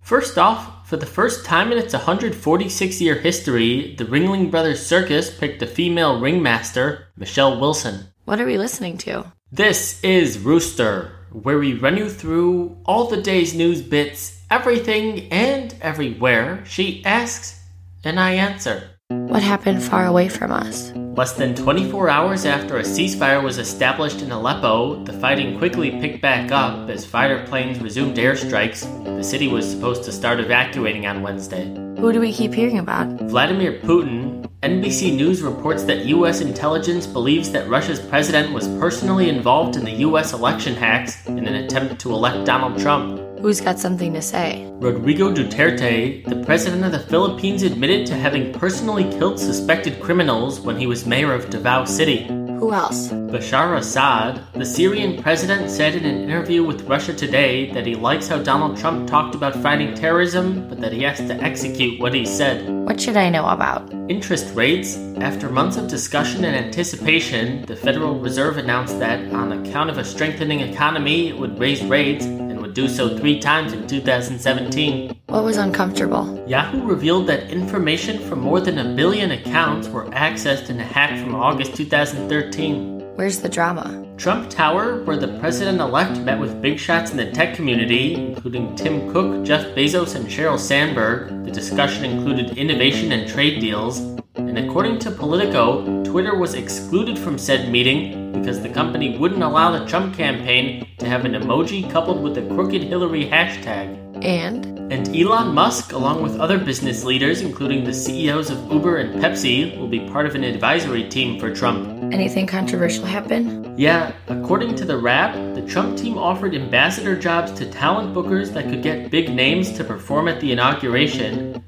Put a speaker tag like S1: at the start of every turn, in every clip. S1: First off, for the first time in its 146 year history, the Ringling Brothers Circus picked a female ringmaster, Michelle Wilson.
S2: What are we listening to?
S1: This is Rooster, where we run you through all the day's news bits, everything and everywhere. She asks, and I answer.
S2: What happened far away from us?
S1: Less than 24 hours after a ceasefire was established in Aleppo, the fighting quickly picked back up as fighter planes resumed airstrikes. The city was supposed to start evacuating on Wednesday.
S2: Who do we keep hearing about?
S1: Vladimir Putin, NBC News reports that U.S. intelligence believes that Russia's president was personally involved in the U.S. election hacks in an attempt to elect Donald Trump.
S2: Who's got something to say?
S1: Rodrigo Duterte, the president of the Philippines, admitted to having personally killed suspected criminals when he was mayor of Davao City.
S2: Who else?
S1: Bashar Assad, the Syrian president, said in an interview with Russia Today that he likes how Donald Trump talked about fighting terrorism, but that he has to execute what he said.
S2: What should I know about?
S1: Interest rates. After months of discussion and anticipation, the Federal Reserve announced that, on account of a strengthening economy, it would raise rates and would do so three times in 2017.
S2: What was uncomfortable?
S1: Yahoo revealed that information from more than a billion accounts were accessed in a hack from August 2013.
S2: Where's the drama?
S1: Trump Tower, where the president elect met with big shots in the tech community, including Tim Cook, Jeff Bezos, and Sheryl Sandberg. The discussion included innovation and trade deals. And according to Politico, Twitter was excluded from said meeting because the company wouldn't allow the Trump campaign to have an emoji coupled with the crooked Hillary hashtag.
S2: And?
S1: And Elon Musk, along with other business leaders, including the CEOs of Uber and Pepsi, will be part of an advisory team for Trump.
S2: Anything controversial happen?
S1: Yeah, according to The Wrap, the Trump team offered ambassador jobs to talent bookers that could get big names to perform at the inauguration.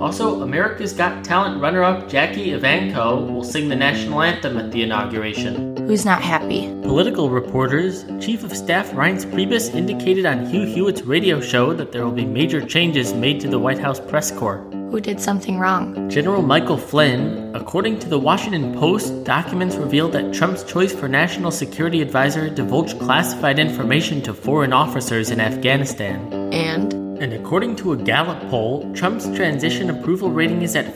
S1: Also, America's Got Talent runner up Jackie Ivanko will sing the national anthem at the inauguration.
S2: Who's not happy?
S1: Political reporters, Chief of Staff Reince Priebus indicated on Hugh Hewitt's radio show that there will be major changes made to the White House press corps.
S2: Who did something wrong?
S1: General Michael Flynn, according to the Washington Post, documents revealed that Trump's choice for national security advisor divulged classified information to foreign officers in Afghanistan.
S2: And?
S1: And according to a Gallup poll, Trump's transition approval rating is at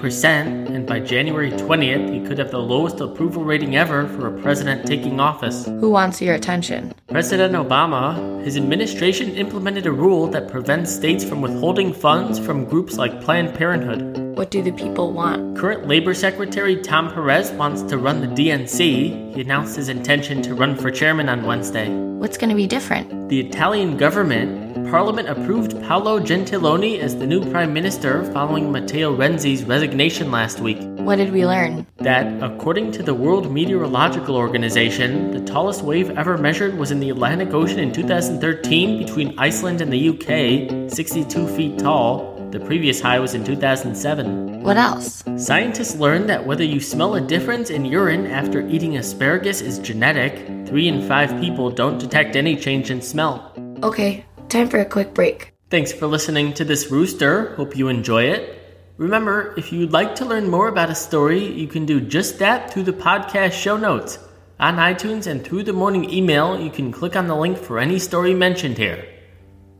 S1: 48%, and by January 20th, he could have the lowest approval rating ever for a president taking office.
S2: Who wants your attention?
S1: President Obama, his administration implemented a rule that prevents states from withholding funds from groups like Planned Parenthood.
S2: What do the people want?
S1: Current Labor Secretary Tom Perez wants to run the DNC. He announced his intention to run for chairman on Wednesday.
S2: What's going to be different?
S1: The Italian government, Parliament approved Paolo Gentiloni as the new prime minister following Matteo Renzi's resignation last week.
S2: What did we learn?
S1: That, according to the World Meteorological Organization, the tallest wave ever measured was in the Atlantic Ocean in 2013 between Iceland and the UK, 62 feet tall. The previous high was in 2007.
S2: What else?
S1: Scientists learned that whether you smell a difference in urine after eating asparagus is genetic. Three in five people don't detect any change in smell.
S2: Okay, time for a quick break.
S1: Thanks for listening to this rooster. Hope you enjoy it. Remember, if you'd like to learn more about a story, you can do just that through the podcast show notes. On iTunes and through the morning email, you can click on the link for any story mentioned here.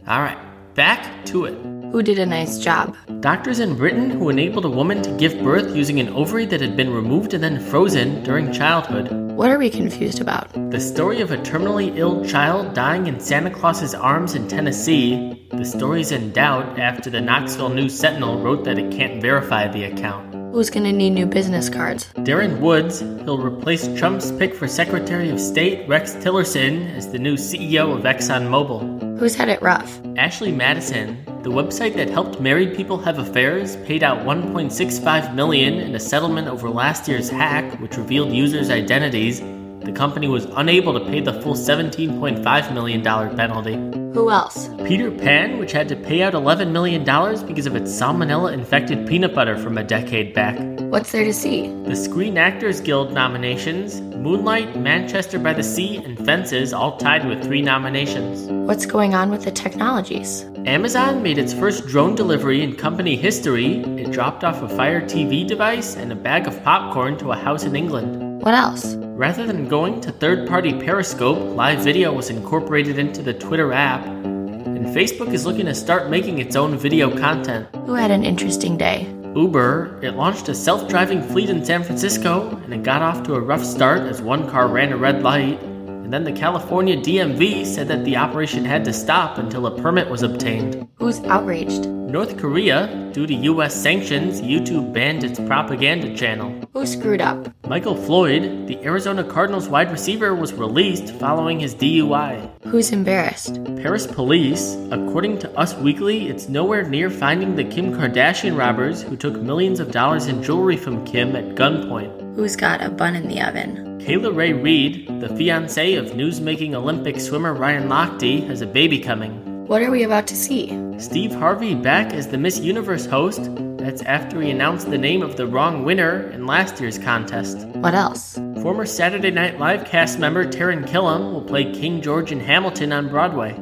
S1: All right, back to it.
S2: Who did a nice job?
S1: Doctors in Britain who enabled a woman to give birth using an ovary that had been removed and then frozen during childhood.
S2: What are we confused about?
S1: The story of a terminally ill child dying in Santa Claus's arms in Tennessee. The story's in doubt after the Knoxville News Sentinel wrote that it can't verify the account.
S2: Who's going to need new business cards?
S1: Darren Woods, he'll replace Trump's pick for Secretary of State Rex Tillerson as the new CEO of ExxonMobil.
S2: Who's had it rough?
S1: Ashley Madison, the website that helped married people have affairs, paid out 1.65 million in a settlement over last year's hack, which revealed users' identities. The company was unable to pay the full 17.5 million dollar penalty.
S2: Who else?
S1: Peter Pan, which had to pay out 11 million dollars because of its salmonella-infected peanut butter from a decade back.
S2: What's there to see?
S1: The Screen Actors Guild nominations, Moonlight, Manchester by the Sea, and Fences all tied with 3 nominations.
S2: What's going on with the technologies?
S1: Amazon made its first drone delivery in company history. It dropped off a Fire TV device and a bag of popcorn to a house in England.
S2: What else?
S1: Rather than going to third party Periscope, live video was incorporated into the Twitter app. And Facebook is looking to start making its own video content.
S2: Who had an interesting day?
S1: Uber, it launched a self driving fleet in San Francisco, and it got off to a rough start as one car ran a red light. And then the California DMV said that the operation had to stop until a permit was obtained.
S2: Who's outraged?
S1: North Korea, due to US sanctions, YouTube banned its propaganda channel.
S2: Who screwed up?
S1: Michael Floyd, the Arizona Cardinals wide receiver, was released following his DUI.
S2: Who's embarrassed?
S1: Paris police, according to Us Weekly, it's nowhere near finding the Kim Kardashian robbers who took millions of dollars in jewelry from Kim at gunpoint.
S2: Who's got a bun in the oven?
S1: Kayla Ray Reid, the fiancee of newsmaking Olympic swimmer Ryan Lochte, has a baby coming.
S2: What are we about to see?
S1: Steve Harvey back as the Miss Universe host. That's after he announced the name of the wrong winner in last year's contest.
S2: What else?
S1: Former Saturday Night Live cast member Taryn Killam will play King George in Hamilton on Broadway.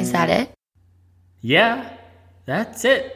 S2: Is that it?
S1: Yeah, that's it.